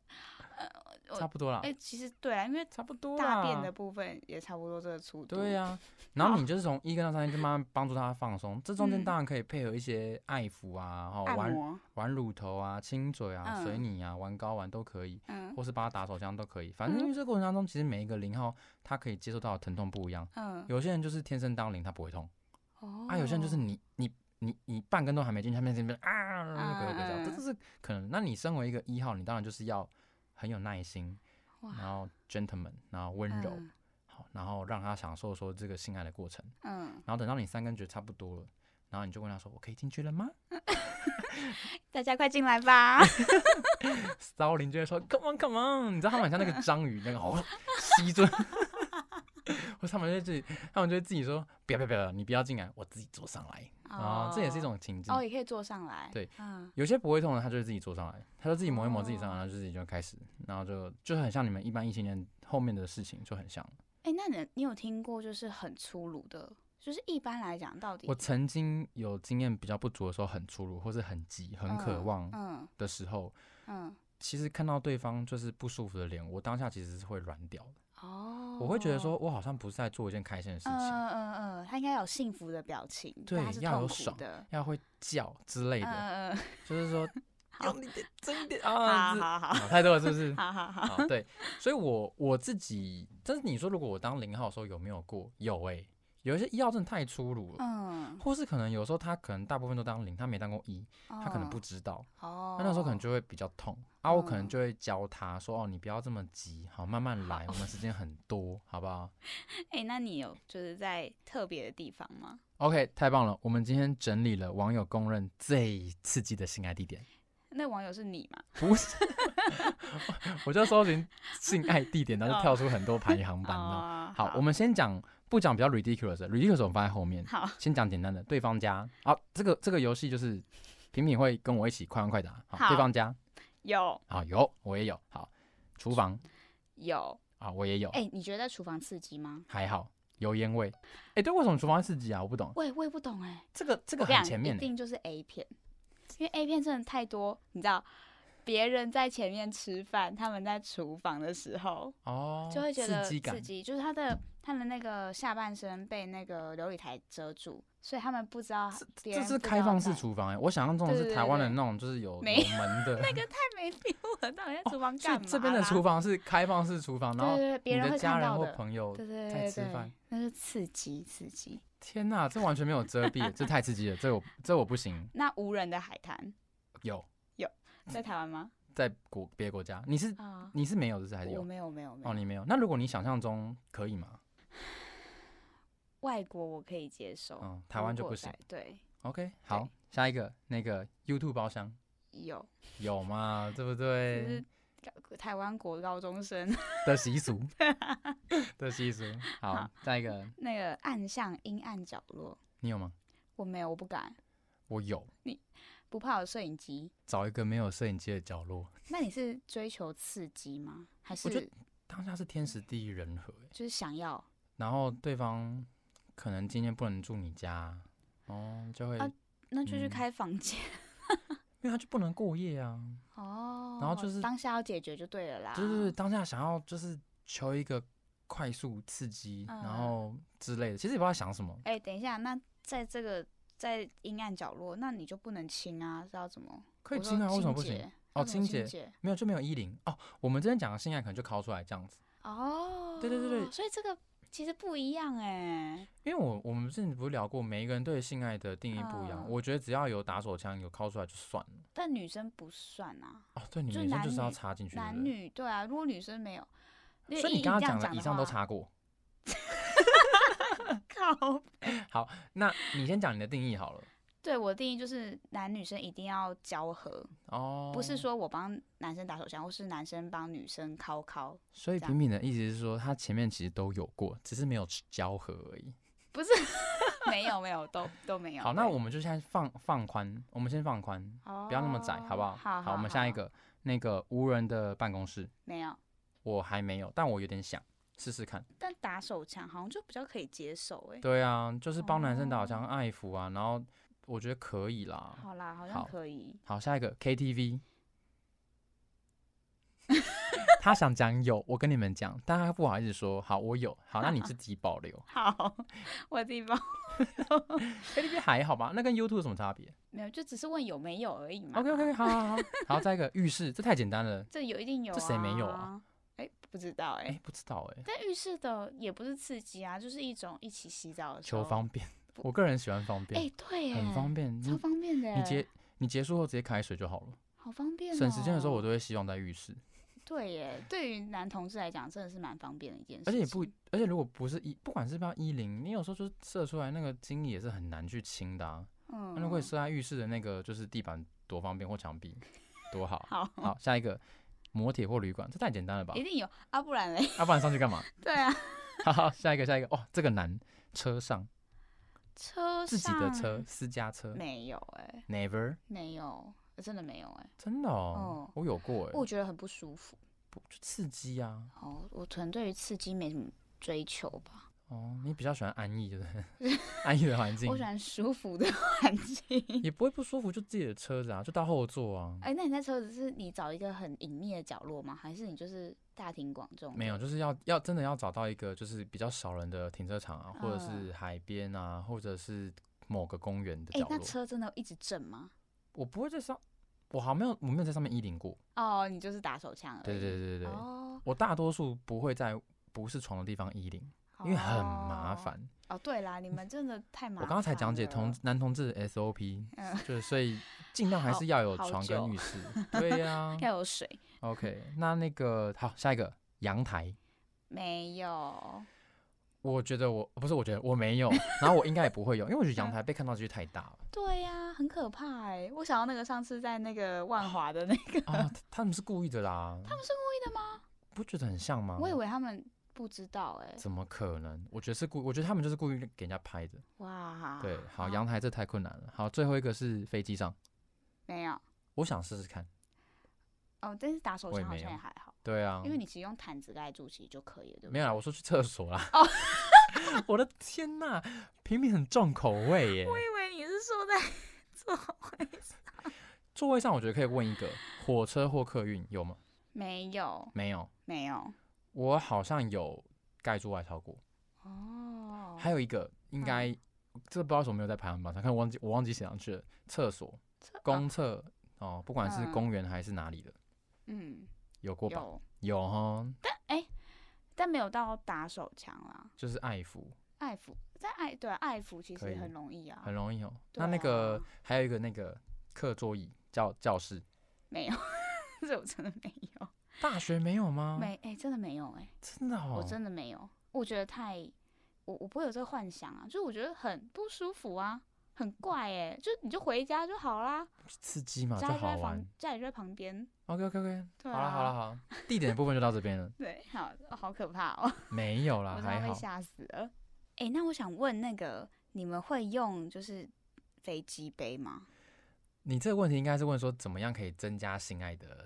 [SPEAKER 1] 呃，我
[SPEAKER 2] 差不多啦，
[SPEAKER 1] 哎、其实对啊，因为
[SPEAKER 2] 差不多啦。
[SPEAKER 1] 大便的部分也差不多这个粗度。
[SPEAKER 2] 对呀、啊然后你就是从一跟到三天就慢慢帮助他放松，这中间当然可以配合一些爱抚啊，哈、
[SPEAKER 1] 嗯按
[SPEAKER 2] 玩
[SPEAKER 1] 摩，
[SPEAKER 2] 玩乳头啊、亲嘴啊、
[SPEAKER 1] 嗯
[SPEAKER 2] 随你啊、玩睾丸都可以，
[SPEAKER 1] 嗯
[SPEAKER 2] 或是帮他打手枪都可以。反正因为这个过程当中，其实每一个零号他可以接受到的疼痛不一样，
[SPEAKER 1] 嗯，
[SPEAKER 2] 有些人就是天生当零他不会痛，
[SPEAKER 1] 哦
[SPEAKER 2] 啊，有些人就是你你你你半根都还没进去，他们在那边啊，那鬼吼鬼叫，这
[SPEAKER 1] 嗯嗯
[SPEAKER 2] 就是可能。那你身为一个一号，你当然就是要很有耐心，
[SPEAKER 1] 哇
[SPEAKER 2] 然后 gentleman，然后温柔，
[SPEAKER 1] 嗯
[SPEAKER 2] 好，然后让他享受说这个性爱的过程。
[SPEAKER 1] 嗯，
[SPEAKER 2] 然后等到你三根觉得差不多了，然后你就问他说：“我可以进去了吗 [LAUGHS]
[SPEAKER 1] 大家快进来吧。？”
[SPEAKER 2] 骚灵就会说：“Come on, come on！” 你知道他们很像那个章鱼那个哦，吸住。 [LAUGHS] 或者他们就会自己，他们就会自己说：“不要不要不要，你不要进来，我自己坐上来。” [LAUGHS] 啊，这也是一种情境。
[SPEAKER 1] 哦，也可以坐上来。
[SPEAKER 2] 对，
[SPEAKER 1] 嗯，
[SPEAKER 2] 有些不会痛的，他就会自己坐上来，他就自己抹一抹自己上来，
[SPEAKER 1] 哦
[SPEAKER 2] 然后就自己就开始，然后就就很像你们一般异性恋后面的事情就很像。
[SPEAKER 1] 哎、那你你有听过就是很粗鲁的，就是一般来讲到底
[SPEAKER 2] 我曾经有经验比较不足的时候，很粗鲁或是很急、很渴望
[SPEAKER 1] 嗯
[SPEAKER 2] 的时候，
[SPEAKER 1] 嗯
[SPEAKER 2] 其实看到对方就是不舒服的脸，我当下其实是会软掉的，
[SPEAKER 1] 嗯哦，
[SPEAKER 2] 我会觉得说我好像不是在做一件开心的事
[SPEAKER 1] 嗯，
[SPEAKER 2] 情，
[SPEAKER 1] 嗯嗯嗯，他应该有幸福的表情，
[SPEAKER 2] 对
[SPEAKER 1] 但他是
[SPEAKER 2] 要有
[SPEAKER 1] 痛苦
[SPEAKER 2] 爽
[SPEAKER 1] 的，
[SPEAKER 2] 要会叫之
[SPEAKER 1] 嗯
[SPEAKER 2] 类的，
[SPEAKER 1] 嗯嗯，
[SPEAKER 2] 就
[SPEAKER 1] [LAUGHS]
[SPEAKER 2] 是说用力点、真一点啊，
[SPEAKER 1] 好
[SPEAKER 2] [LAUGHS] 这
[SPEAKER 1] 好好
[SPEAKER 2] 啊太多了是不是？
[SPEAKER 1] 好好
[SPEAKER 2] [LAUGHS]
[SPEAKER 1] 好， [LAUGHS]
[SPEAKER 2] 啊，对，所以我我自己，但是你说如果我当零号的时候有没有过？有诶、有一些一号真的太粗鲁了，
[SPEAKER 1] 嗯，
[SPEAKER 2] 或是可能有时候他可能大部分都当零，他没当过一，他可能
[SPEAKER 1] 嗯
[SPEAKER 2] 不知道，
[SPEAKER 1] 哦
[SPEAKER 2] 他，那时候可能就会比较痛啊，我可能
[SPEAKER 1] 嗯
[SPEAKER 2] 就会教他说哦，你不要这么急，好，慢慢来，我们时间很多，好不好
[SPEAKER 1] 哎、那你有就是在特别的地方吗？
[SPEAKER 2] ？OK，太棒了，我们今天整理了网友公认最刺激的性爱地点，
[SPEAKER 1] 那网友是你吗？
[SPEAKER 2] 不是， [LAUGHS] 我就搜寻性爱地点，然后就
[SPEAKER 1] 哦
[SPEAKER 2] 跳出很多排
[SPEAKER 1] [LAUGHS]
[SPEAKER 2] 行榜，你知道
[SPEAKER 1] 哦，
[SPEAKER 2] 吗好，我们先讲不讲比较 ridiculous 的，ridiculous 我们放在后面，
[SPEAKER 1] 好，
[SPEAKER 2] 先讲简单的。对方家，好，这个这个游戏就是平平会跟我一起快问快答。好，
[SPEAKER 1] 好
[SPEAKER 2] 对方家，
[SPEAKER 1] 有
[SPEAKER 2] 好有我也有，好，厨房
[SPEAKER 1] 有，
[SPEAKER 2] 啊我也有，
[SPEAKER 1] 哎、你觉得厨房刺激吗？
[SPEAKER 2] 还好油烟味。哎、对，为什么厨房会刺激啊？我不懂，
[SPEAKER 1] 我也我也不懂哎、
[SPEAKER 2] 这个这
[SPEAKER 1] 我
[SPEAKER 2] 个
[SPEAKER 1] 跟你
[SPEAKER 2] 很
[SPEAKER 1] 讲，
[SPEAKER 2] 前面
[SPEAKER 1] 一
[SPEAKER 2] 呢、
[SPEAKER 1] 定就是 A 片，因为 A 片真的太多，你知道，别人在前面吃饭，他们在厨房的时候
[SPEAKER 2] 哦，
[SPEAKER 1] 就会觉得
[SPEAKER 2] 刺激感
[SPEAKER 1] 刺。激，就是他的他的那个下半身被那个琉璃台遮住，所以他们不知道别
[SPEAKER 2] 这
[SPEAKER 1] 人
[SPEAKER 2] 是
[SPEAKER 1] 不知
[SPEAKER 2] 开
[SPEAKER 1] 道
[SPEAKER 2] 放式
[SPEAKER 1] 在
[SPEAKER 2] 厨房哎、我想象中的
[SPEAKER 1] 对
[SPEAKER 2] 是
[SPEAKER 1] 对
[SPEAKER 2] 台湾的
[SPEAKER 1] 对
[SPEAKER 2] 那种，就是有
[SPEAKER 1] 没
[SPEAKER 2] 有门的。
[SPEAKER 1] [LAUGHS] 那个太没 feel 了，到底在厨房
[SPEAKER 2] 哦所
[SPEAKER 1] 干
[SPEAKER 2] 以
[SPEAKER 1] 嘛啦？
[SPEAKER 2] 这边的厨房是开放式厨房，然
[SPEAKER 1] 对
[SPEAKER 2] 后
[SPEAKER 1] 对对，别
[SPEAKER 2] 你
[SPEAKER 1] 人
[SPEAKER 2] 的
[SPEAKER 1] 会
[SPEAKER 2] 家
[SPEAKER 1] 看
[SPEAKER 2] 人
[SPEAKER 1] 到
[SPEAKER 2] 或
[SPEAKER 1] 的，
[SPEAKER 2] 朋友
[SPEAKER 1] 对对
[SPEAKER 2] 在
[SPEAKER 1] 对
[SPEAKER 2] 吃饭
[SPEAKER 1] 对，那是刺激刺激。
[SPEAKER 2] 天呐，这完全没有遮蔽，这太刺激了，这我这我不行。
[SPEAKER 1] 那无人的海滩
[SPEAKER 2] 有
[SPEAKER 1] 在台湾吗？
[SPEAKER 2] 在国别的国家，你是
[SPEAKER 1] 啊，
[SPEAKER 2] 你是没有，就是嗯还是
[SPEAKER 1] 我
[SPEAKER 2] 有
[SPEAKER 1] 没有没有没
[SPEAKER 2] 哦，
[SPEAKER 1] 有。
[SPEAKER 2] 你没有。那如果你想象中可以吗？
[SPEAKER 1] 外国我可以接受，
[SPEAKER 2] 嗯，台湾
[SPEAKER 1] 如
[SPEAKER 2] 就
[SPEAKER 1] 果
[SPEAKER 2] 不行
[SPEAKER 1] 在。对，
[SPEAKER 2] OK，好，下一个那个 YouTube 包厢
[SPEAKER 1] 有，
[SPEAKER 2] 有嘛，对不
[SPEAKER 1] 就
[SPEAKER 2] 对
[SPEAKER 1] 是？高台湾国高中生 [LAUGHS]
[SPEAKER 2] 的习俗的习俗。好
[SPEAKER 1] 好，
[SPEAKER 2] 下一个
[SPEAKER 1] 那个暗巷阴暗角落，
[SPEAKER 2] 你有吗？
[SPEAKER 1] 我没有，我不敢，
[SPEAKER 2] 我有，
[SPEAKER 1] 不怕有摄影机。
[SPEAKER 2] 找一个没有摄影机的角落，
[SPEAKER 1] 那你是追求刺激吗？还
[SPEAKER 2] 我觉得
[SPEAKER 1] 是
[SPEAKER 2] 当下是天时地利人和欸。
[SPEAKER 1] 就是想要
[SPEAKER 2] 然后对方可能今天不能住你家，哦，就会，
[SPEAKER 1] 啊那就去
[SPEAKER 2] 嗯
[SPEAKER 1] 开房间、 [LAUGHS]
[SPEAKER 2] 因为他就不能过夜啊，
[SPEAKER 1] 哦，
[SPEAKER 2] 然后就是
[SPEAKER 1] 当下要解决就对了啦。
[SPEAKER 2] 就是当下想要就是求一个快速刺激，
[SPEAKER 1] 嗯
[SPEAKER 2] 然后之类的，其实也不知道想什么，
[SPEAKER 1] 哎、等一下，那在这个在阴暗角落，那你就不能亲啊？是要怎么？
[SPEAKER 2] 可以
[SPEAKER 1] 我说
[SPEAKER 2] 亲啊，为什么不
[SPEAKER 1] 洁
[SPEAKER 2] 行？哦
[SPEAKER 1] 要怎么
[SPEAKER 2] 清洁
[SPEAKER 1] 洁
[SPEAKER 2] 没有就没有一零哦，我们之前讲的性爱可能就考出来这样子，
[SPEAKER 1] 哦，
[SPEAKER 2] 对对对对
[SPEAKER 1] 所以这个其实不一样哎、
[SPEAKER 2] 因为我我们之前不是聊过，每一个人对性爱的定义不一样，
[SPEAKER 1] 嗯
[SPEAKER 2] 我觉得只要有打手枪有考出来就算了。
[SPEAKER 1] 但女生不算啊，
[SPEAKER 2] 哦，对，你
[SPEAKER 1] 就
[SPEAKER 2] 们生就是要
[SPEAKER 1] 男女
[SPEAKER 2] 插进去，对不
[SPEAKER 1] 男
[SPEAKER 2] 对
[SPEAKER 1] 女对啊，如果女生没有，因为
[SPEAKER 2] 所以
[SPEAKER 1] 依
[SPEAKER 2] 你刚刚
[SPEAKER 1] 这样
[SPEAKER 2] 讲的以
[SPEAKER 1] 的
[SPEAKER 2] 上都
[SPEAKER 1] 话
[SPEAKER 2] 插过，
[SPEAKER 1] 靠。
[SPEAKER 2] 那你先讲你的定义好了。
[SPEAKER 1] 对我定义就是男女生一定要交合，
[SPEAKER 2] 哦，
[SPEAKER 1] 不是说我帮男生打手枪，或是男生帮女生敲
[SPEAKER 2] [LAUGHS]
[SPEAKER 1] 敲，
[SPEAKER 2] 所以
[SPEAKER 1] 这样
[SPEAKER 2] 平平的意思是说，他前面其实都有过，只是没有吃交合而已。
[SPEAKER 1] 不
[SPEAKER 2] [LAUGHS]
[SPEAKER 1] 是没有没有都都没有。
[SPEAKER 2] 好，那
[SPEAKER 1] 对
[SPEAKER 2] 我们就现在放放宽，我们先放宽，不要那么窄，
[SPEAKER 1] 哦
[SPEAKER 2] 好不好？
[SPEAKER 1] 好，
[SPEAKER 2] 我们下一
[SPEAKER 1] 好
[SPEAKER 2] 个那个无人的办公室，
[SPEAKER 1] 没有，
[SPEAKER 2] 我还没有，但我有点想试试看。
[SPEAKER 1] 但打手枪好像就比较可以接受哎、
[SPEAKER 2] 对啊，就是帮男生打好像
[SPEAKER 1] 哦
[SPEAKER 2] 爱抚啊，然后我觉得可以啦。
[SPEAKER 1] 好啦，好
[SPEAKER 2] 啊好
[SPEAKER 1] [LAUGHS] 像可以。
[SPEAKER 2] 好，下一个 KTV。他想讲有，我跟你们讲，但他不好意思说好我有，好那你自己保
[SPEAKER 1] [LAUGHS]
[SPEAKER 2] 留。
[SPEAKER 1] 好，我自己报
[SPEAKER 2] KTV 还好吧？那跟 YouTube 有什么差别
[SPEAKER 1] 没有，就只是问有没有而已嘛。
[SPEAKER 2] ？OK OK，好好好，好，再一个浴室，这太简单了。
[SPEAKER 1] 这有一定有、啊，
[SPEAKER 2] 这谁没有啊？
[SPEAKER 1] 哎、不知道哎、
[SPEAKER 2] 哎、不知道哎、
[SPEAKER 1] 但浴室的也不是刺激啊，就是一种一起洗澡的时候。
[SPEAKER 2] 求方便， [LAUGHS] 我个人喜欢方
[SPEAKER 1] 哦哎、
[SPEAKER 2] 便，
[SPEAKER 1] 对耶，
[SPEAKER 2] 很方便。你
[SPEAKER 1] 超方便的耶。
[SPEAKER 2] 你结你结束后直接开水就好了。
[SPEAKER 1] 好方便、哦。
[SPEAKER 2] 省时间的时候，我都会希望在浴室，
[SPEAKER 1] 对耶，对于男同志来讲，真的是蛮方便的一件事
[SPEAKER 2] 而
[SPEAKER 1] 情。
[SPEAKER 2] 且也不，而且如果不是一，不管是不要一零，你有时候就是射出来那个精液也是很难去清的啊。
[SPEAKER 1] 嗯，
[SPEAKER 2] 那如果你射在浴室的那个就是地板多方便或墙壁，多
[SPEAKER 1] [LAUGHS]
[SPEAKER 2] 好。
[SPEAKER 1] 好，
[SPEAKER 2] 好，下一个摩铁或旅馆，这太简单了吧
[SPEAKER 1] 一？定有啊，不然嘞，
[SPEAKER 2] 要、不然上去干嘛？ [LAUGHS]
[SPEAKER 1] 对啊，
[SPEAKER 2] 好好，下一个，下一个，哇、这个难，车上
[SPEAKER 1] 车
[SPEAKER 2] 自己的
[SPEAKER 1] 上
[SPEAKER 2] 车，私家车
[SPEAKER 1] 没有哎、
[SPEAKER 2] ，never，
[SPEAKER 1] 没有，真的没有哎、
[SPEAKER 2] 真的哦，
[SPEAKER 1] 哦
[SPEAKER 2] 我有过哎、
[SPEAKER 1] 我觉得很不舒服。
[SPEAKER 2] 不就刺激啊，
[SPEAKER 1] 哦，我可能对于刺激没什么追求吧，
[SPEAKER 2] 哦，你比较喜欢安逸，对不对？ [LAUGHS] 安逸的环境
[SPEAKER 1] 我，喜欢舒服的环境。
[SPEAKER 2] 也不会不舒服，就自己的车子啊，就到后座啊，
[SPEAKER 1] [LAUGHS] 哎、那你在车子是你找一个很隐秘的角落吗？还是你就是大庭广众？
[SPEAKER 2] 没有，，就是要要真的要找到一个就是比较少人的停车场啊，或者
[SPEAKER 1] 嗯
[SPEAKER 2] 是海边啊，或者是某个公园的
[SPEAKER 1] 哎、
[SPEAKER 2] 角
[SPEAKER 1] 那
[SPEAKER 2] 落。
[SPEAKER 1] 车真的一直震吗？
[SPEAKER 2] 我不会在上，我好像没有，我没有在上面一零过。
[SPEAKER 1] 哦，你就是打手枪而已。
[SPEAKER 2] 对对对对对，
[SPEAKER 1] 哦，
[SPEAKER 2] 我大多数不会在不是床的地方一零，因为很麻
[SPEAKER 1] 哦。
[SPEAKER 2] 烦。
[SPEAKER 1] 哦，对啦，你们真的
[SPEAKER 2] [LAUGHS]
[SPEAKER 1] 太麻
[SPEAKER 2] 我
[SPEAKER 1] 烦了。
[SPEAKER 2] 刚刚才讲解同男同志的 SOP，、
[SPEAKER 1] 嗯
[SPEAKER 2] 就是所以尽量还是要有
[SPEAKER 1] 好好
[SPEAKER 2] 床
[SPEAKER 1] 久
[SPEAKER 2] 跟浴室。对
[SPEAKER 1] [LAUGHS]
[SPEAKER 2] 呀、
[SPEAKER 1] 要有水
[SPEAKER 2] OK，那那个好，下一个阳台。
[SPEAKER 1] 没有？
[SPEAKER 2] 我觉得我不是，我觉得我没有，然后我应该也不会有，因为我觉得阳台被看到几率太大了。
[SPEAKER 1] 对呀、很可怕哎、我想到那个上次在那个万华的那个，
[SPEAKER 2] [LAUGHS] 啊，他他们是故意的啦。他们是故意的吗？不觉得很像吗？
[SPEAKER 1] 我以为他们不知道哎、
[SPEAKER 2] 怎么可能？我觉得是故，我觉得他们就是故意给人家拍的。
[SPEAKER 1] 哇，
[SPEAKER 2] 对，好，阳台这太困难了。好，最后一个是飞机上，
[SPEAKER 1] 没有
[SPEAKER 2] 我想试试看。
[SPEAKER 1] 哦，但是打手
[SPEAKER 2] 我也
[SPEAKER 1] 枪好
[SPEAKER 2] 没
[SPEAKER 1] 像
[SPEAKER 2] 有
[SPEAKER 1] 也还好，
[SPEAKER 2] 对啊，
[SPEAKER 1] 因为你其实用毯子盖住其实就可以了，对不对？
[SPEAKER 2] 没有啦，我说去厕所啦。
[SPEAKER 1] 哦
[SPEAKER 2] [LAUGHS] 我的天呐，平民很重口味耶。
[SPEAKER 1] 我以为你是说在 [LAUGHS] 做，
[SPEAKER 2] 座位上我觉得可以问一个，火车或客运有吗？
[SPEAKER 1] 没有
[SPEAKER 2] 没有，
[SPEAKER 1] 没有
[SPEAKER 2] 我好像有盖住外套过。
[SPEAKER 1] 哦，
[SPEAKER 2] 还有一个应该、这不知道为什么没有在排行榜上，看我忘记我忘记写上去了。厕所、
[SPEAKER 1] 这
[SPEAKER 2] 公厕哦，不管是
[SPEAKER 1] 嗯
[SPEAKER 2] 公园还是哪里的，
[SPEAKER 1] 嗯
[SPEAKER 2] 有过吧？
[SPEAKER 1] 有，
[SPEAKER 2] 有哦哈，
[SPEAKER 1] 但没有到打手枪啦，
[SPEAKER 2] 就是爱抚，
[SPEAKER 1] 爱抚在爱对啊爱抚其实
[SPEAKER 2] 可以
[SPEAKER 1] 很容易啊，
[SPEAKER 2] 很容易哦。
[SPEAKER 1] 对
[SPEAKER 2] 那那个
[SPEAKER 1] 啊
[SPEAKER 2] 还有一个那个课桌椅教教室，
[SPEAKER 1] 没有， [LAUGHS] 这我真的没有，
[SPEAKER 2] 大学没有吗？
[SPEAKER 1] 没哎、真的没有哎、
[SPEAKER 2] 真的哦
[SPEAKER 1] 我，真的没有，我觉得太，我我不会有这个幻想啊，就是我觉得很不舒服啊，很怪哎、就你就回家就好啦，
[SPEAKER 2] 刺激嘛，就
[SPEAKER 1] 家里就
[SPEAKER 2] 啊好
[SPEAKER 1] 在房
[SPEAKER 2] 玩。，
[SPEAKER 1] 家里就在旁边，
[SPEAKER 2] OK OK OK，
[SPEAKER 1] 对
[SPEAKER 2] 好了好了
[SPEAKER 1] 啊，。
[SPEAKER 2] 好了，地点的部分就到这边了
[SPEAKER 1] 对，好好可怕哦，
[SPEAKER 2] 没有
[SPEAKER 1] [LAUGHS] 我
[SPEAKER 2] 啦，
[SPEAKER 1] 真
[SPEAKER 2] 啊还
[SPEAKER 1] 的被
[SPEAKER 2] 好。
[SPEAKER 1] 吓死了。哎、那我想问那个，你们会用就是飞机杯吗？
[SPEAKER 2] 你这个问题应该是问说怎么样可以增加性爱的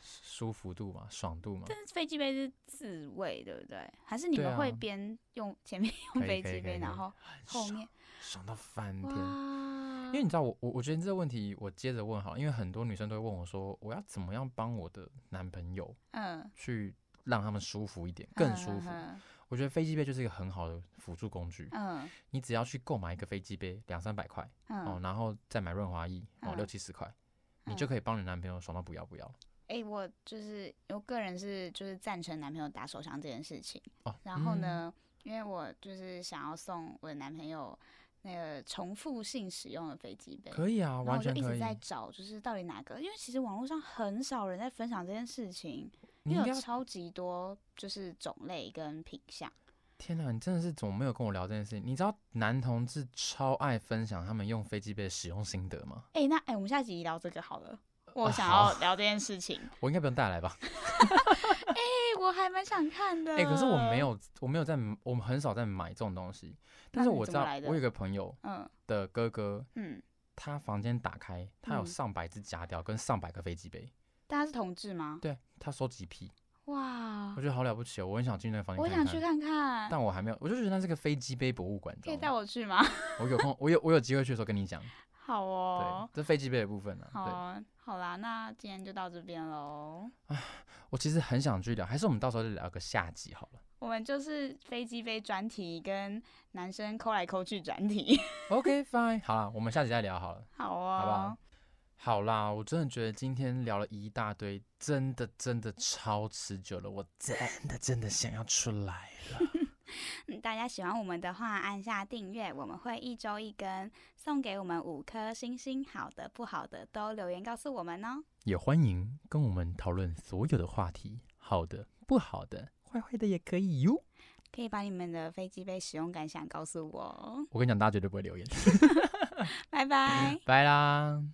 [SPEAKER 2] 舒服度嘛、爽度嘛？
[SPEAKER 1] 但是飞机杯是自卫，对不对？还是你
[SPEAKER 2] 对
[SPEAKER 1] 们会
[SPEAKER 2] 啊
[SPEAKER 1] 边用前面
[SPEAKER 2] 可
[SPEAKER 1] 用
[SPEAKER 2] 以
[SPEAKER 1] 飞
[SPEAKER 2] 可以
[SPEAKER 1] 机
[SPEAKER 2] 可
[SPEAKER 1] 杯，
[SPEAKER 2] 以可以
[SPEAKER 1] 然后后
[SPEAKER 2] 爽
[SPEAKER 1] 面
[SPEAKER 2] 爽到翻
[SPEAKER 1] 哇
[SPEAKER 2] 天。，因为你知道我我我觉得这个问题我接着问好了，因为很多女生都会问我说，我要怎么样帮我的男朋友
[SPEAKER 1] 嗯，
[SPEAKER 2] 去让他们舒服一点，更舒服。
[SPEAKER 1] 嗯
[SPEAKER 2] 我觉得飞机杯就是一个很好的辅助工具，
[SPEAKER 1] 嗯
[SPEAKER 2] 你只要去购买一个飞机杯，两三百块
[SPEAKER 1] 嗯
[SPEAKER 2] 哦，然后再买润滑液哦，
[SPEAKER 1] 嗯
[SPEAKER 2] 六七十块，你就
[SPEAKER 1] 嗯
[SPEAKER 2] 可以帮你男朋友爽到不要不要
[SPEAKER 1] 哎、我就是我个人是就是赞成男朋友打手枪这件事情。
[SPEAKER 2] 哦。
[SPEAKER 1] 然后
[SPEAKER 2] 嗯？
[SPEAKER 1] 呢，因为我就是想要送我的男朋友那个重复性使用的飞机杯，
[SPEAKER 2] 可以啊，
[SPEAKER 1] 然后
[SPEAKER 2] 完
[SPEAKER 1] 我就
[SPEAKER 2] 全
[SPEAKER 1] 一
[SPEAKER 2] 可
[SPEAKER 1] 直
[SPEAKER 2] 以。
[SPEAKER 1] 在找，就是到底哪个，因为其实网络上很少人在分享这件事情，
[SPEAKER 2] 你
[SPEAKER 1] 因
[SPEAKER 2] 应
[SPEAKER 1] 为
[SPEAKER 2] 该
[SPEAKER 1] 有超级多就是种类跟品相。
[SPEAKER 2] 天哪，你真的是怎么没有跟我聊这件事情？你知道男同志超爱分享他们用飞机杯的使用心得吗？
[SPEAKER 1] 哎、那哎、我们下集聊这个好了。我
[SPEAKER 2] 啊
[SPEAKER 1] 想
[SPEAKER 2] 好
[SPEAKER 1] 要聊这件事情，哎、
[SPEAKER 2] 我应该不用
[SPEAKER 1] [LAUGHS]
[SPEAKER 2] 带来吧？
[SPEAKER 1] 我还蛮想看的。
[SPEAKER 2] 哎、可是我没，有，我没有在，我们很少在买这种东西。
[SPEAKER 1] 嗯那
[SPEAKER 2] 但是
[SPEAKER 1] 你
[SPEAKER 2] 我知
[SPEAKER 1] 怎么
[SPEAKER 2] 道
[SPEAKER 1] 来，的
[SPEAKER 2] 我有个朋友
[SPEAKER 1] 嗯
[SPEAKER 2] 的哥哥，
[SPEAKER 1] 嗯，
[SPEAKER 2] 他房间打开，他有
[SPEAKER 1] 嗯
[SPEAKER 2] 上百只假屌跟上百个飞机杯，
[SPEAKER 1] 大家是同志吗？
[SPEAKER 2] 对他收集癖，
[SPEAKER 1] 哇
[SPEAKER 2] 我，觉得好了不起哦，我很想进那个房间
[SPEAKER 1] 我
[SPEAKER 2] 看看，
[SPEAKER 1] 想去看看，
[SPEAKER 2] 但我还没有，我就觉得那是个飞机杯博物馆，你
[SPEAKER 1] 可以
[SPEAKER 2] 知
[SPEAKER 1] 带
[SPEAKER 2] 道吗？啊
[SPEAKER 1] 我去吗？ [LAUGHS]
[SPEAKER 2] 我有空，我有我有机会去的时候跟你讲。
[SPEAKER 1] 好哦
[SPEAKER 2] 对，，这飞机杯的部分呢、啊
[SPEAKER 1] 好
[SPEAKER 2] 对，
[SPEAKER 1] 哦，好啦，那今天就到这边喽。
[SPEAKER 2] 我其实很想去聊，还是我们到时候就聊个下集好了。
[SPEAKER 1] 我们就是飞机杯专题跟男生抠来抠去专题，
[SPEAKER 2] OK fine，好啦，我们下集再聊好了。
[SPEAKER 1] 好
[SPEAKER 2] 好不
[SPEAKER 1] 哦
[SPEAKER 2] 好，？好啦，我真的觉得今天聊了一大堆，真的真的超持久了，我真的真的想要出来了。
[SPEAKER 1] 嗯大家喜欢我们的话，按下订阅，我们会一周一更，送给我们五颗星星，好的不好的都留言告诉我们哦。
[SPEAKER 2] 也欢迎跟我们讨论所有的话题，好的、不好的、坏坏的也可以哟。
[SPEAKER 1] 可以把你们的飞机杯使用
[SPEAKER 2] [LAUGHS]
[SPEAKER 1] 感想告诉我哦，
[SPEAKER 2] 我跟你讲，大家绝对不会留言。
[SPEAKER 1] 拜拜。
[SPEAKER 2] 拜啦。